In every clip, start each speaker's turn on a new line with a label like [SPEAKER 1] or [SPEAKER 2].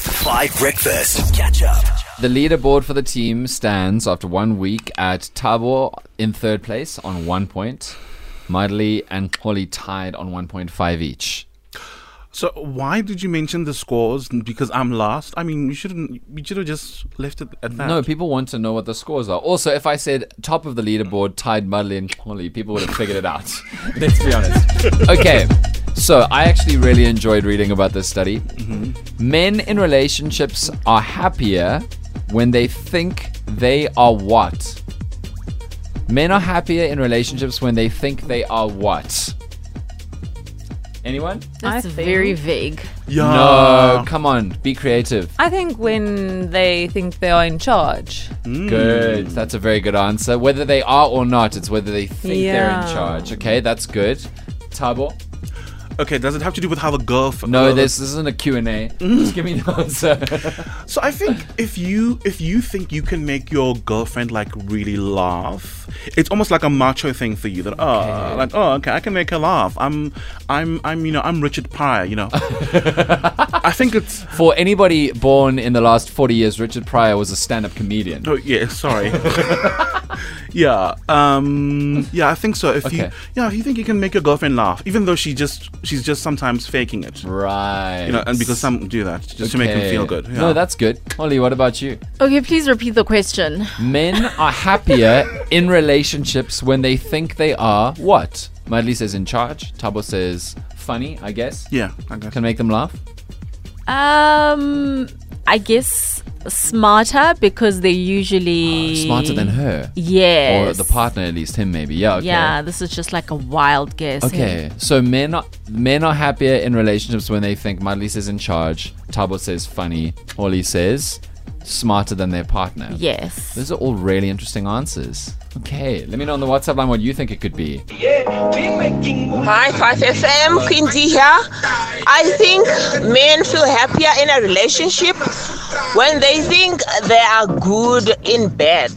[SPEAKER 1] Five Breakfast. Catch up.
[SPEAKER 2] The leaderboard for the team stands after one week at Tabo in third place on one point. Madli and Koli tied on 1.5 each.
[SPEAKER 3] So why did you mention the scores? Because I'm last. I mean, you shouldn't. You should have just left it at that.
[SPEAKER 2] No, people want to know what the scores are. Also, if I said top of the leaderboard tied Madli and Koli, people would have figured it out. Let's be honest. Okay, so I actually really enjoyed reading about this study. Men in relationships are happier when they think they are what? Men are happier in relationships when they think they are what? Anyone?
[SPEAKER 4] That's very vague.
[SPEAKER 3] Yeah.
[SPEAKER 2] No, come on, be creative.
[SPEAKER 5] I think when they think they are in charge.
[SPEAKER 2] Good. That's a very good answer. Whether they are or not, it's whether they think they're in
[SPEAKER 5] Yeah.
[SPEAKER 2] charge. Okay, that's good. Tabo?
[SPEAKER 3] Okay. Does it have to do with how the girl? f-
[SPEAKER 2] No,
[SPEAKER 3] uh,
[SPEAKER 2] this, this isn't a Q&A.
[SPEAKER 3] Mm.
[SPEAKER 2] Just give me the answer.
[SPEAKER 3] So I think if you if you think you can make your girlfriend like really laugh, it's almost like a macho thing for you that oh like oh okay I can make her laugh. I'm I'm I'm you know I'm Richard Pryor. You know. I think it's
[SPEAKER 2] For anybody born in the last 40 years, Richard Pryor was a stand-up comedian.
[SPEAKER 3] Oh yeah, sorry. yeah, um, yeah, I think so. If you
[SPEAKER 2] Okay.
[SPEAKER 3] yeah, if you think you can make your girlfriend laugh, even though she just she's just sometimes faking it,
[SPEAKER 2] Right.
[SPEAKER 3] you know, and because some do that just to make them feel good. Yeah.
[SPEAKER 2] No, that's good. Holly, what about you?
[SPEAKER 4] Okay, please repeat the question.
[SPEAKER 2] Men are happier in relationships when they think they are what? Madly says in charge. Tabo says funny, I guess.
[SPEAKER 3] yeah. I guess.
[SPEAKER 2] Can make them laugh.
[SPEAKER 4] Um, I guess smarter because they usually
[SPEAKER 2] Ah, Smarter than her.
[SPEAKER 4] Yes.
[SPEAKER 2] Or the partner at least, him maybe. Yeah, okay.
[SPEAKER 4] Yeah, this is just like a wild guess.
[SPEAKER 2] Okay, so men are men are happier in relationships when they think Madlis is in charge, Tabo says funny, Holly says smarter than their partner.
[SPEAKER 4] Yes.
[SPEAKER 2] Those are all really interesting answers. Okay, let me know on the WhatsApp line what you think it could be.
[SPEAKER 6] Hi, 5FM, Quincy here. I think men feel happier in a relationship when they think they are good in bed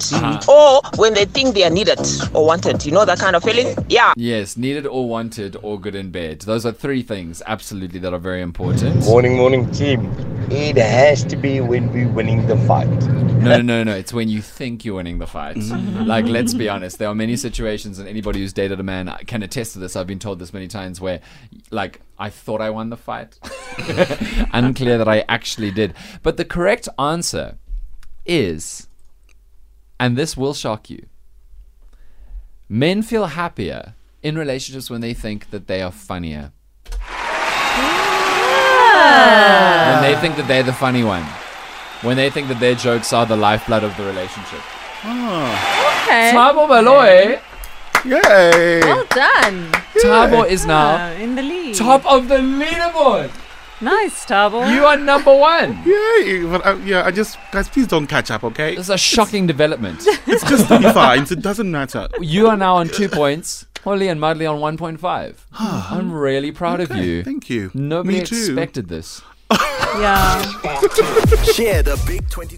[SPEAKER 6] or when they think they are needed or wanted. You know that kind of feeling? Yeah.
[SPEAKER 2] Yes, needed or wanted or good in bed. Those are three things absolutely that are very important.
[SPEAKER 7] Morning, morning, team. It has to be when we're winning the fight.
[SPEAKER 2] No, no, no, no. It's when you think you're winning the fight. Like, let's be honest. There are many situations, and anybody who's dated a man can attest to this. I've been told this many times where, like, I thought I won the fight. Unclear that I actually did. But the correct answer is, and this will shock you men feel happier in relationships when they think that they are funnier. When they think that they're the funny one. When they think that their jokes are the lifeblood of the relationship.
[SPEAKER 5] Okay.
[SPEAKER 2] Tabo Baloy.
[SPEAKER 3] Yay!
[SPEAKER 5] Well done.
[SPEAKER 2] Tabo is now
[SPEAKER 5] Uh, in the lead.
[SPEAKER 2] top of the leaderboard.
[SPEAKER 5] Nice, Tabo.
[SPEAKER 2] You are number one.
[SPEAKER 3] Yay! But I, yeah, I just guys, please don't catch up, okay?
[SPEAKER 2] This is a shocking development.
[SPEAKER 3] It's just three finds. It doesn't matter.
[SPEAKER 2] You are now on two points. Holly and Mudley on 1.5. I'm really proud of you.
[SPEAKER 3] Thank you.
[SPEAKER 2] Nobody
[SPEAKER 3] Me too.
[SPEAKER 2] expected this.
[SPEAKER 5] yeah.
[SPEAKER 1] Share the big 20.